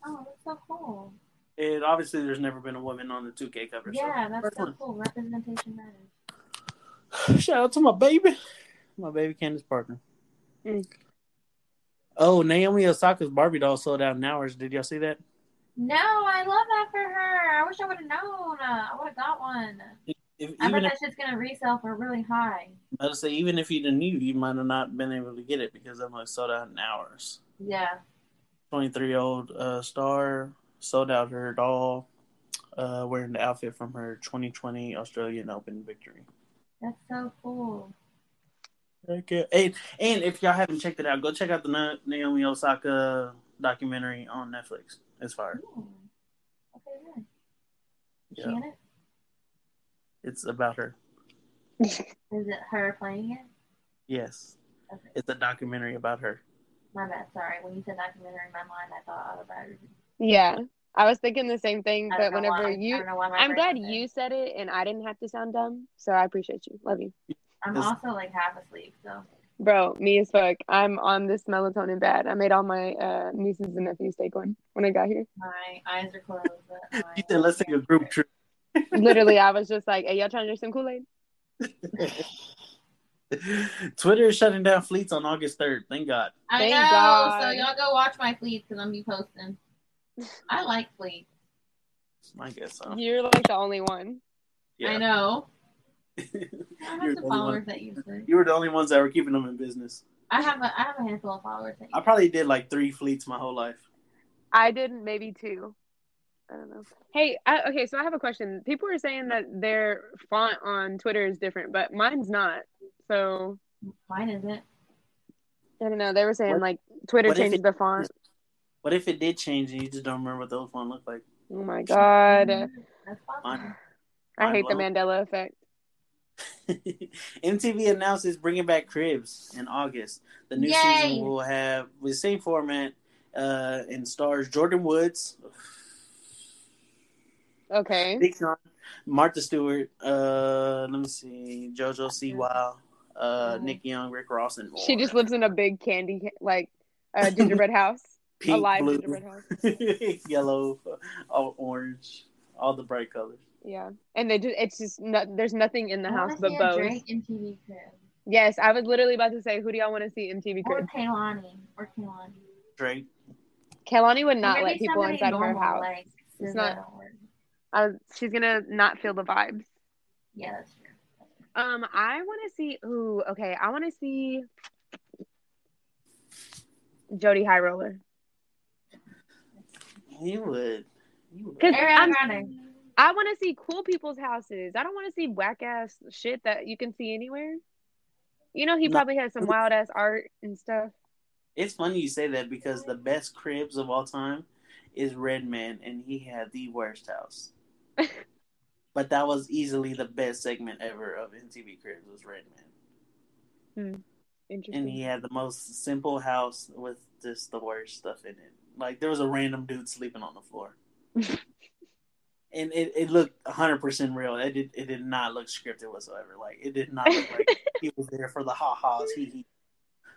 B: Oh, that's so cool.
A: And obviously, there's never been a woman on the 2K cover.
B: Yeah, that's
A: first
B: so
A: one.
B: cool. Representation matters.
A: So. Shout out to my baby, my baby Candace Parker.
C: Mm.
A: Oh, Naomi Osaka's Barbie doll sold out in hours. Did y'all see that?
B: No, I love that for her. I wish I would have known. Uh, I would have got one.
A: If,
B: I bet
A: even if,
B: that shit's gonna resell for really high.
A: I would say, even if you'd have knew, you might have not been able to get it because I'm like sold out in hours.
B: Yeah.
A: 23 year old uh, star sold out her doll uh, wearing the outfit from her 2020 Australian Open victory.
B: That's so cool.
A: Okay. And, and if y'all haven't checked it out, go check out the Na- Naomi Osaka documentary on Netflix. It's fire.
B: Ooh. Okay, good. Is
A: Yeah.
B: she in it?
A: It's about her.
B: Is it her playing it?
A: Yes.
B: Okay.
A: It's a documentary about her.
B: My bad. Sorry. When you said documentary in my mind, I thought autobiography.
C: Yeah, I was thinking the same thing,
B: I
C: but
B: don't know
C: whenever
B: why. I
C: you,
B: don't know why my
C: I'm
B: brain
C: glad
B: went there.
C: you said it and I didn't have to sound dumb. So I appreciate you. Love you,
B: I'm
A: Is-
B: also like half asleep, so
C: bro. Me as fuck. I'm on this melatonin bad. I made all my uh, nieces and nephews take one when I got here.
B: my eyes are closed. But my-
A: She said, let's take a group trip.
C: Literally, I was just like, "Hey, y'all trying to drink some Kool Aid?"
A: Twitter is shutting down fleets on August 3rd. Thank God.
B: I
C: Thank
B: know.
C: God.
B: So y'all go watch my fleets, and I'm be posting. I like fleets.
A: I guess so.
C: You're like the only one.
B: I know. I
A: You're the
B: have some
A: only one.
B: followers that use it.
A: You were the only ones that were keeping them in business.
B: I have a I have a handful of followers that
A: I
B: use
A: probably did like three fleets my whole life.
C: I did maybe two. I don't know. Hey, I, okay, so I have a question. People are saying that their font on Twitter is different, but mine's not. So
B: it. Mine isn't.
C: I don't know. They were saying
A: What-
C: like Twitter
A: what if
C: changes
A: it-
C: the font.
A: What if it did change and you just don't remember what the old one looked like?
C: Oh my god,
B: That's possible.
A: Mine-
C: I hate the
A: blown.
C: Mandela effect.
A: MTV announces bringing back Cribs in August. The new
B: Yay.
A: season will have the same format uh, and stars Jordan Woods,
C: Okay,
A: Big Sean, Martha Stewart. Uh, let me see, JoJo Siwa, uh, Nick Young, Rick Ross, and more.
C: Mm-hmm. she just lives in a big candy ca- like uh, gingerbread house, a
A: pink,
C: live
A: blue,
C: gingerbread house.
A: yellow, all orange, all the bright colors.
C: Yeah, and they just—it's just no, there's nothing in the
B: I wanna
C: house but
B: see a
C: bows.
B: Drake MTV crib
C: Yes, I was literally about to say, who do y'all want to see MTV
B: or
C: crib?
B: Kaylani or Kaylani.
A: Drake.
C: Kalani would not
B: Or
C: let
B: maybe
C: people
B: somebody
C: inside of her
B: normal,
C: house.
B: like, so
C: It's not-
B: that'll work.
C: I, she's gonna not feel the vibes.
B: Yeah, that's true.
C: Um, I want to see. Ooh, okay. I want to see Jody High Roller
A: He would. He would.
C: because
B: Ariana Grande.
C: I want to see cool people's houses. I don't want to see whack ass shit that you can see anywhere. You know, he
A: No.
C: probably has some wild ass art and stuff.
A: It's funny you say that because the best cribs of all time is Redman, and he had the worst house. but that was easily the best segment ever of MTV Cribs was Redman, and he
C: Interesting.
A: had the most simple house with just the worst stuff in it. Like there was a random dude sleeping on the floor, and it, it looked 100 percent real. It did it did not look scripted whatsoever. Like it did not look like he was there for the ha ha's. He, he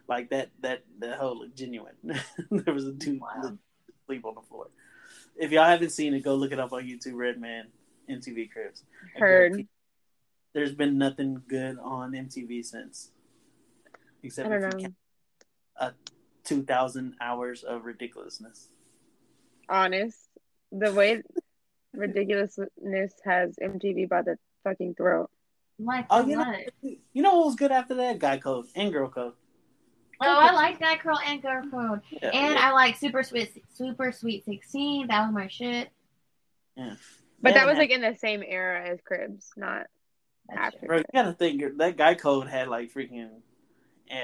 A: like that that that whole looked genuine. there was a dude
B: Wow.
A: sleep on the floor. If y'all haven't seen it, go look it up on YouTube. Redman MTV Cribs.
C: Heard.
A: There's been nothing good on MTV since, except
C: I
A: if
C: don't
A: you
C: know.
A: count uh, two thousand hours of ridiculousness.
C: Honest, the way ridiculousness has MTV by the fucking throat.
B: Like
A: Oh,
B: what?
A: you know, you know what was good after that? Guy Code and Girl Code.
B: Oh, I like Guy Curl and Girl Code.
A: Yeah,
B: And
A: yeah.
B: I like Super Sweet Super Sweet 16. That was my shit.
A: Yeah.
C: But that
A: Yeah,
C: was
A: man.
C: like in the same era as Cribs, not after.
A: Bro, you
C: Cribs.
A: gotta think your- that guy code had like freaking uh,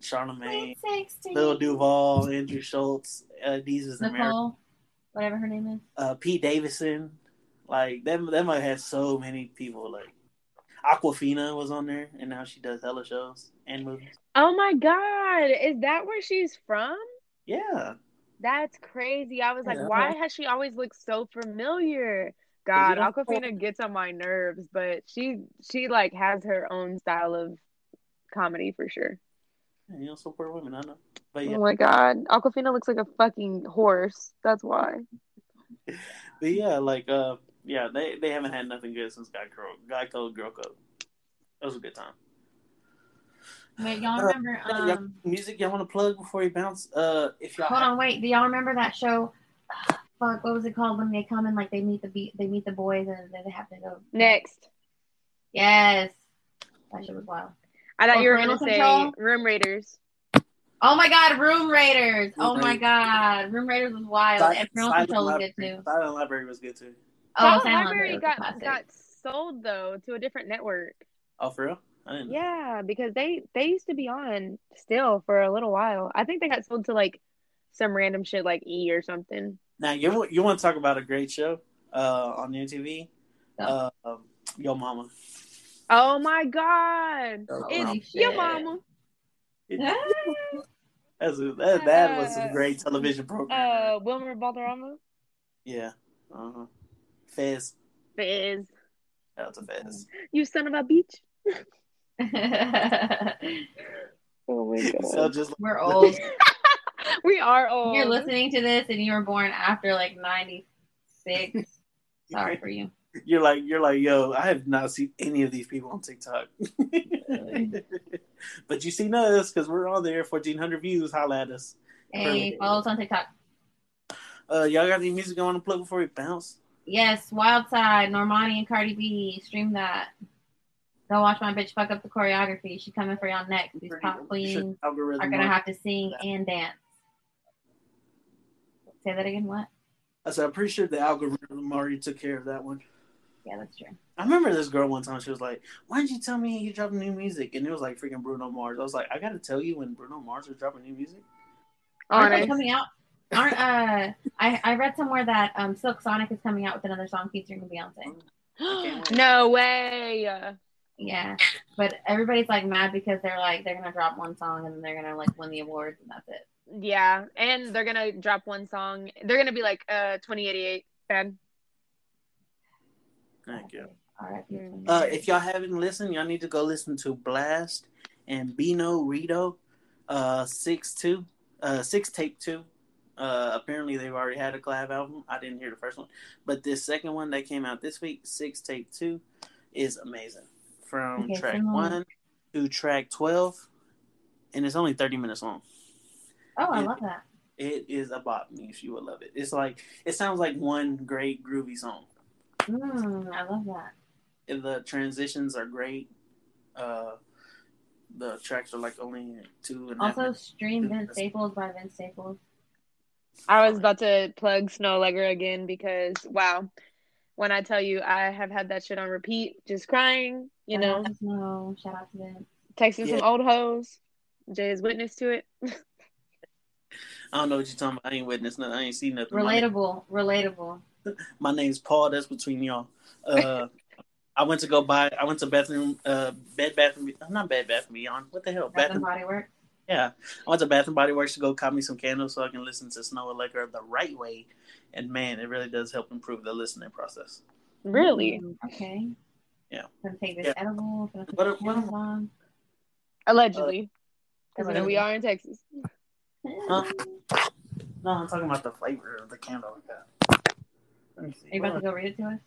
A: Charlemagne, Lil Duval, Andrew Schultz, uh, these is
C: Uh-huh.
A: America,
B: Nicole, whatever her name is.
A: uh, Pete Davidson. Like that, that might have so many people. Like Aquafina was on there, and now she does hella shows and movies.
C: Oh my God. Is that where she's from?
A: Yeah,
C: That's crazy. I was like,
A: Yeah.
C: why has she always looked so familiar? God,
A: don't-
C: Aquafina gets on my nerves, but she she like has her own style of comedy for sure.
A: you know, support women. I know, but yeah,
C: Oh my god. Aquafina looks like a fucking horse. That's why.
A: but yeah, like uh, yeah, they they haven't had nothing good since Guy Code, Guy Code, Girl Code. That was a good time.
B: Wait,
A: Uh,
B: y'all remember?
A: Y'all-
B: Um,
A: music y'all want to plug before you bounce? Uh, if y'all
B: hold on, wait. Do y'all remember that show? Fuck, what was it called when they come and like they meet the be- they meet the boys and then they have to go
C: Next.
B: Yes, that shit was wild.
C: I thought
B: Or
C: you were gonna
B: Parental
C: say
B: Control?
C: Room Raiders.
B: Oh my god, Room Raiders! oh
A: Room
B: my
A: Raiders.
B: god, Room Raiders was wild,
A: Sil-
B: and Parental
A: Silent
B: Control was
A: Library.
B: good too.
A: Silent Library was good too.
B: Oh,
C: Silent
B: Silent
C: Library
B: was a
C: got
B: classic.
C: got sold though to a different network.
A: Oh, for real? I didn't. know.
C: Yeah, because they they used to be on still for a little while. I think they got sold to like some random shit like E or something.
A: Now you wa- you want to talk about a great show uh, on MTV?
B: Yeah.
A: Uh, um, Yo Mama.
C: Oh my god.
B: Holy
C: It's
B: shit.
C: your mama.
B: Yeah.
A: That's a, that, that was
B: Uh,
A: a great television program.
B: oh.
C: Uh Wilmer Valderrama.
A: yeah. Uh-huh. Fez.
C: Fizz.
A: Shout out to Fez.
C: You son of a bitch. Oh my
A: so just like,
B: We're old.
C: we are old.
B: You're listening to this, and you were born after like '96. Sorry for you.
A: you're like you're like yo, I have not seen any of these people on TikTok. but you seen us because we're on there, fourteen hundred views. Holla at us.
B: Hey, follow us on TikTok.
A: Uh, y'all got any music I want to plug before we bounce?
B: Yes, Wild Side, Normani and Cardi B. Stream that. Go watch my bitch fuck up the choreography. She coming for y'all next. These pop queens
A: Algorithm
B: are gonna have to sing and dance. Say that again. What?
A: I said, I'm pretty sure the algorithm already took care of that one.
B: Yeah, that's true.
A: I remember this girl one time. She was like, "Why didn't you tell me you dropped new music?" And it was like freaking Bruno Mars. I was like, "I gotta tell you when Bruno Mars is dropping new music."
B: Aren't they
C: Honest.
B: coming out? Aren't uh? I I read somewhere that um Silk Sonic is coming out with another song featuring Beyonce.
C: no way.
B: Yeah, but everybody's like mad because they're like they're gonna drop one song and then they're gonna like win the awards and that's it.
C: Yeah. And they're gonna drop one song. They're gonna be like uh twenty eighty eight fan.
A: Thank you.
B: All right.
C: Mm.
A: Uh, if y'all haven't listened, y'all need to go listen to Blast and Bino Rito, uh, six two, uh, six tape two. Uh, apparently they've already had a collab album. I didn't hear the first one, but this second one that came out this week, six tape two, is amazing. From
B: Okay,
A: track
B: send
A: one
B: one.
A: to track twelve, and it's only thirty minutes long.
B: Oh, I
A: Yeah.
B: love that.
A: It is a bop, niche. You will love it. It's like it sounds like one great groovy song.
B: Mm, I love that.
A: And the transitions are great. Uh, the tracks are like only two and a half
B: Also,
A: minutes.
B: stream Vince Staples by Vince Staples.
C: I was about to plug Snow Allegra again because wow. When I tell you I have had that shit on repeat, just crying, you
B: Shout
C: know,
B: out to Snow. Shout out to Vince.
C: texting
A: Yeah.
C: some old hoes. Jay is witness to it.
A: I don't know what you're talking about. I ain't witnessed nothing. I ain't seen nothing. My, name-
B: Relatable. Relatable.
A: my name's Paul. That's between y'all. Uh, I went to go buy. I went to bathroom. Uh, Bed Bath and Be- not Bed Bath and Beyond. What the hell?
B: Bath
A: Bath
B: and
A: and
B: Body Works.
A: yeah. I went to Bath and Body Works to go cop me some candles so I can listen to Snow Allegra the right way. And man, it really does help improve the listening process.
C: Really?
A: Mm-hmm.
B: Mm, okay.
A: Yeah.
B: Gonna take this
A: Yeah.
B: edible. Gonna put
A: What-
B: the
A: what-
B: shoes on.
C: Allegedly. Because I know
B: allegedly.
C: we are in Texas.
A: Huh? No, I'm talking about the flavor of the candle. I got. Let me see.
B: Are you about to go read it to us?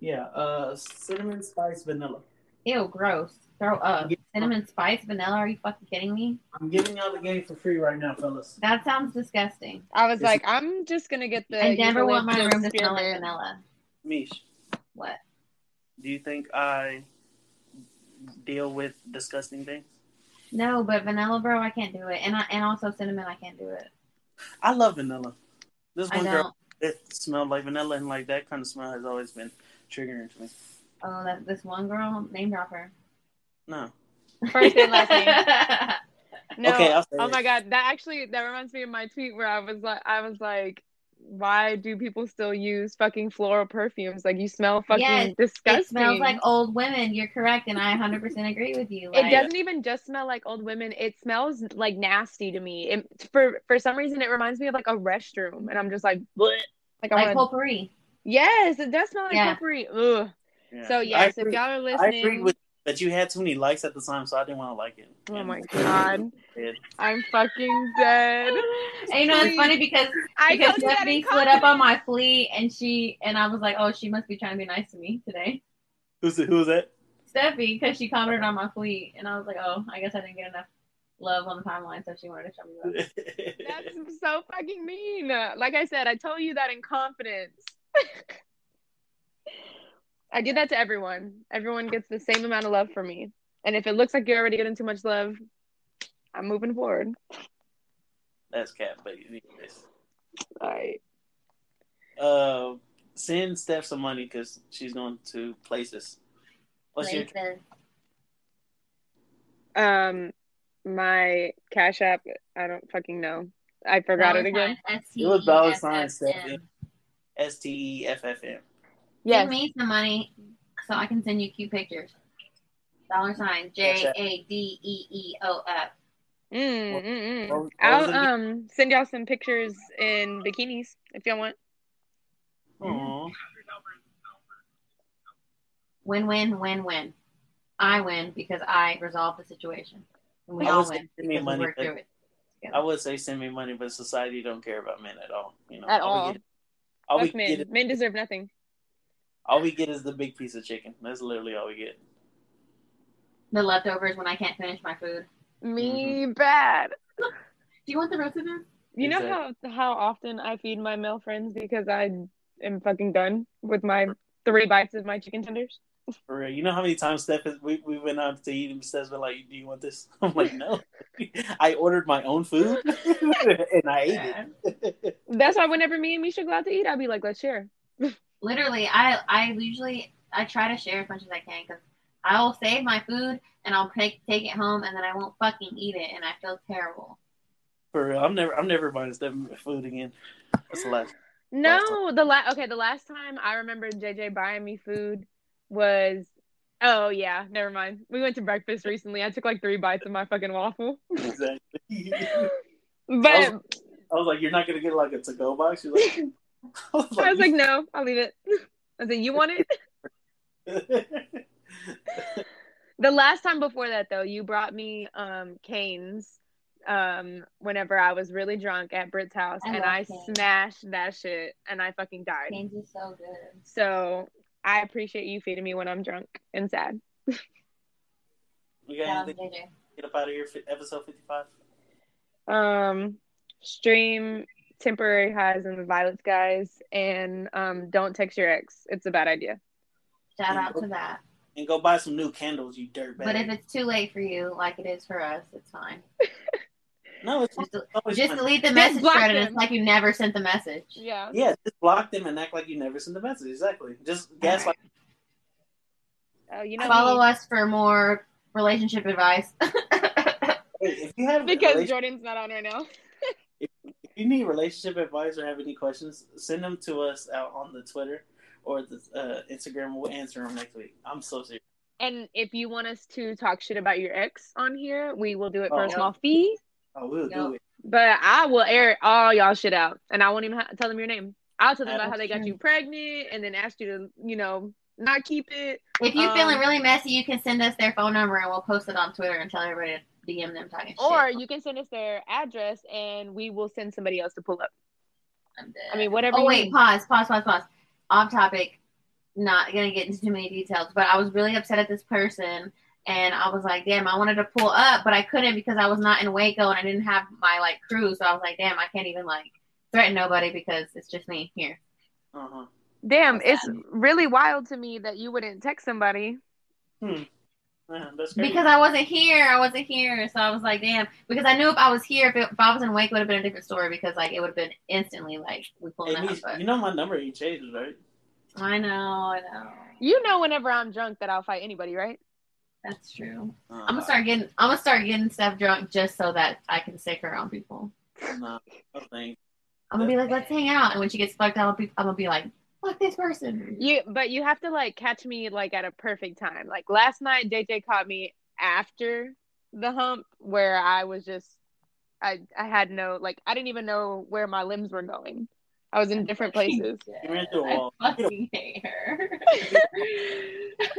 A: Yeah, uh, cinnamon spice vanilla.
B: Ew, gross. Throw up.
A: Yeah.
B: Cinnamon spice vanilla. Are you fucking kidding me?
A: I'm giving y'all the game for free right now, fellas.
B: That sounds disgusting.
C: I was
A: Is
C: like, I'm just gonna get the.
B: I never want my
C: eucalyptus
B: room to smell like
C: spearmint.
B: vanilla.
A: Mish,
B: What?
A: do you think I deal with disgusting things?
B: No, but vanilla, bro, I can't do it. And I, and also cinnamon, I can't do it.
A: I love vanilla. This
B: I
A: one
B: don't.
A: girl, it smelled like vanilla, and like that kind of smell has always been triggering to me.
B: Oh, that this one girl name drop her.
A: No.
C: First and last name. No.
A: Okay, I'll say
C: oh
A: it.
C: my god, that actually that reminds me of my tweet where I was like, I was like, why do people still use fucking floral perfumes? Like you smell fucking
B: Yes,
C: disgusting.
B: it smells like old women. You're correct, and I 100% agree with you.
C: It
B: Like,
C: doesn't even just smell like old women. It smells like nasty to me. It, for for some reason, it reminds me of like a restroom, and I'm just like, Bleh. like I
B: Like
C: want.
B: potpourri.
C: yes, it does smell like
B: Yeah.
C: potpourri. Ugh. So
A: I
C: yes, if
A: agree-
C: y'all are
A: I agree
C: listening,
A: with that you had too many likes at the time, so I didn't want to like it.
C: oh
A: And-
C: my god,
A: It-
C: I'm fucking dead.
B: And you know, it's
C: Please.
B: funny because
C: I
B: because
C: told you that
B: Stephanie
C: in
B: slid up on
C: confidence.
B: my flea, and she and I was like, oh, she must be trying to be nice to me today,
A: Who's the, who was that?
B: Stephanie, because she commented on my flea, and I was like, oh, I guess I didn't get enough love on the timeline, so she wanted to show me love.
C: That's so fucking mean. Like I said, I told you that in confidence. I do that to everyone. Everyone gets the same amount of love from me. And if it looks like you're already getting too much love, I'm moving forward.
A: That's cat, but anyways.
C: All right.
A: Uh, send Steph some money because she's going to places. What's your
B: Places.
C: Um, my Cash App, I don't fucking know. I forgot it again.
B: Valentine's, E
A: It was dollar sign,
B: STEFFM.
A: Stephanie. S T E F F M?
C: Yes.
B: Give me some money so I can send you cute pictures. Dollar sign J A D E E O F.
A: What
C: Mm, mm, mm.
A: was- what was it
C: I'll
A: again?
C: um send y'all some pictures in bikinis if y'all want. Mm-hmm.
A: Aw.
B: Win, win, win, win. I win because I resolve the situation, and we
A: I
B: all
A: was
B: win
A: giving me
B: because we
A: money,
B: work
A: but-
B: through it.
A: I would say send me money, but society don't care about men at all. You know,
C: At
A: all
C: all.
A: we get, all we
C: Fuck men.
A: get,
C: Men deserve nothing.
A: all we get is the big piece of chicken. That's literally all we get.
B: The leftovers when I can't finish my food.
C: Me
A: Mm-hmm.
C: bad.
B: Do you want the rest of them?
C: You know
A: Exact-
C: how how often I feed my male friends because I am fucking done with my three bites of my chicken tenders.
A: For real. You know how many times Steph has, we we went out to eat and Steph's been like, "Do you want this?" I'm like, "No." I ordered my own food and I ate it.
C: That's why whenever me and Misha go out to eat, I'll be like, "Let's share."
B: Literally, I I usually I try to share as much as I can because I will save my food and I'll take take it home and then I won't fucking eat it and I feel terrible.
A: For real, I'm never I'm never buying Steph food again. That's the last.
C: No, the last okay, the last time I remember JJ buying me food was oh yeah, never mind. We went to breakfast recently. I took like three bites of my fucking waffle,
A: Exactly.
C: but
A: I was like, "You're not gonna get like a to go box." She's like, I was
C: I was like, "No, I'll leave it." I said, "You want it?" The last time before that though, you brought me um canes um whenever I was really drunk at Brit's house
B: I
C: and
B: love
C: I
B: Cane's.
C: smashed that shit and I fucking died.
B: Things are so good.
C: So I appreciate you feeding me when I'm drunk and sad.
A: "We got
B: Yeah,
A: anything to
B: JJ.
A: get up out of here? fi- Episode 55."
C: Um stream temporary highs and the violets guys and um don't text your ex. It's a bad idea.
B: Shout out to that.
A: and go buy some new candles, you dirtbag.
B: But if it's too late for you, like it is for us, it's fine.
A: no, it's
B: Just,
A: always
B: just
A: fun.
B: delete the
C: Just
B: message
C: block
B: thread and
C: them.
B: it's like you never sent the message.
C: Yeah.
A: Yeah, just block them and act like you never sent the message. Exactly. Just gaslight.
C: Oh, you know
B: Follow
C: me.
B: us for more relationship advice.
A: Hey, if you have
C: because
A: relation-
C: Jordan's not on right now.
A: if you need relationship advice or have any questions, send them to us out on the Twitter or the uh, Instagram. We'll answer them next week. I'm so serious.
C: And if you want us to talk shit about your ex on here, we will do it for
A: Oh.
C: a small fee.
A: I will Oh, do
B: Yup.
A: it.
C: But I will air all y'all shit out, and I won't even ha- tell them your name. I'll tell them about how they got
B: Absolutely.
C: you pregnant, and then asked you to, you know, not keep it.
B: if you're
C: Um,
B: feeling really messy, you can send us their phone number and we'll post it on Twitter and tell everybody to DM them talking
C: Or
B: shit.
C: you can send us their address, and we will send somebody else to pull up.
B: I'm
C: I
B: dead.
C: mean, whatever.
B: oh
C: you
B: wait,
C: need.
B: pause, pause, pause, pause. Off topic. Not gonna get into too many details, but I was really upset at this person, and I was like, "Damn, I wanted to pull up, but I couldn't because I was not in Waco and I didn't have my like crew." So I was like, "Damn, I can't even like threaten nobody because it's just me here."
A: Uh-huh.
C: Damn, it's really wild to me that you wouldn't text somebody.
A: Hmm. Man, that's crazy.
B: Because I wasn't here, I wasn't here, so I was like, "Damn!" Because I knew if I was here, if, it, if I was in Wake, it would have been a different story. Because like it would have been instantly like we pulled
A: Hey,
B: out.
A: Niece,
B: But
A: you know my number ain't changed, right?
B: I know, I know,
C: You know, whenever I'm drunk, that I'll fight anybody, right?
B: that's true.
A: Uh,
B: I'm gonna start getting, I'm gonna start getting stuff drunk just so that I can stick around people.
A: Nah, no thanks.
B: I'm gonna be like, "Let's hang out," and when she gets fucked out, I'll be, I'm gonna be like, "Fuck this person."
C: You, but you have to like catch me like at a perfect time. Like last night, JJ caught me after the hump where I was just, I, I had no like, I didn't even know where my limbs were going. I was in different places.
A: You ran through a
B: I
A: wall.
B: fucking hate her.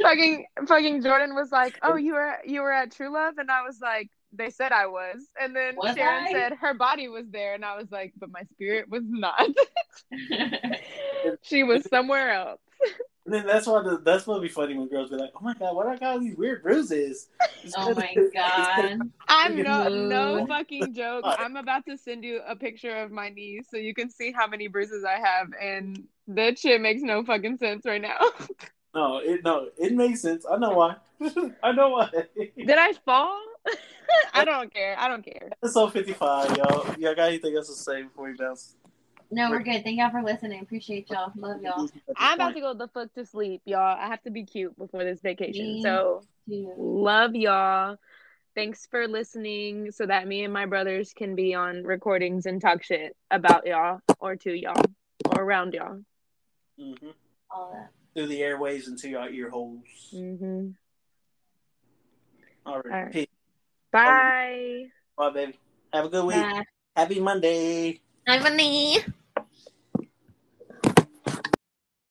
C: fucking, fucking Jordan was like, "Oh, you were you were at True Love," and I was like, "They said I was," and then
B: Was
C: Sharon
B: I?
C: said her body was there, and I was like, "But my spirit was not. she was somewhere else."
A: And then that's why the, that's what'll be funny when girls be like, "Oh my god, why do I got all these weird bruises?" It's
B: oh
A: 'cause-
B: my
A: it's 'cause-
B: god.
C: I'm
A: Freaking
C: no no
B: rude.
C: fucking joke. I'm about to send you a picture of my knees so you can see how many bruises I have, and that shit makes no fucking sense right now.
A: No, it no, it makes sense. I know why. I know why.
C: Did I fall? I don't care. I don't care.
A: Episode fifty five, y'all. Y'all got anything else to say before we bounce?
B: No, we're good. Thank y'all for listening. Appreciate y'all. Love y'all.
C: I'm about to go the fuck to sleep, y'all. I have to be cute before this vacation.
B: Me
C: So
B: Too.
C: love y'all. Thanks for listening so that me and my brothers can be on recordings and talk shit about y'all or to y'all or around y'all.
A: hmm
B: All that.
A: through the airways into your ear holes.
B: Mm.
C: Mm-hmm.
A: All right,
C: All right.
A: peace.
C: Bye.
A: Bye, baby. Have a good week.
B: Bye.
A: Happy Monday.
B: I'm Annie.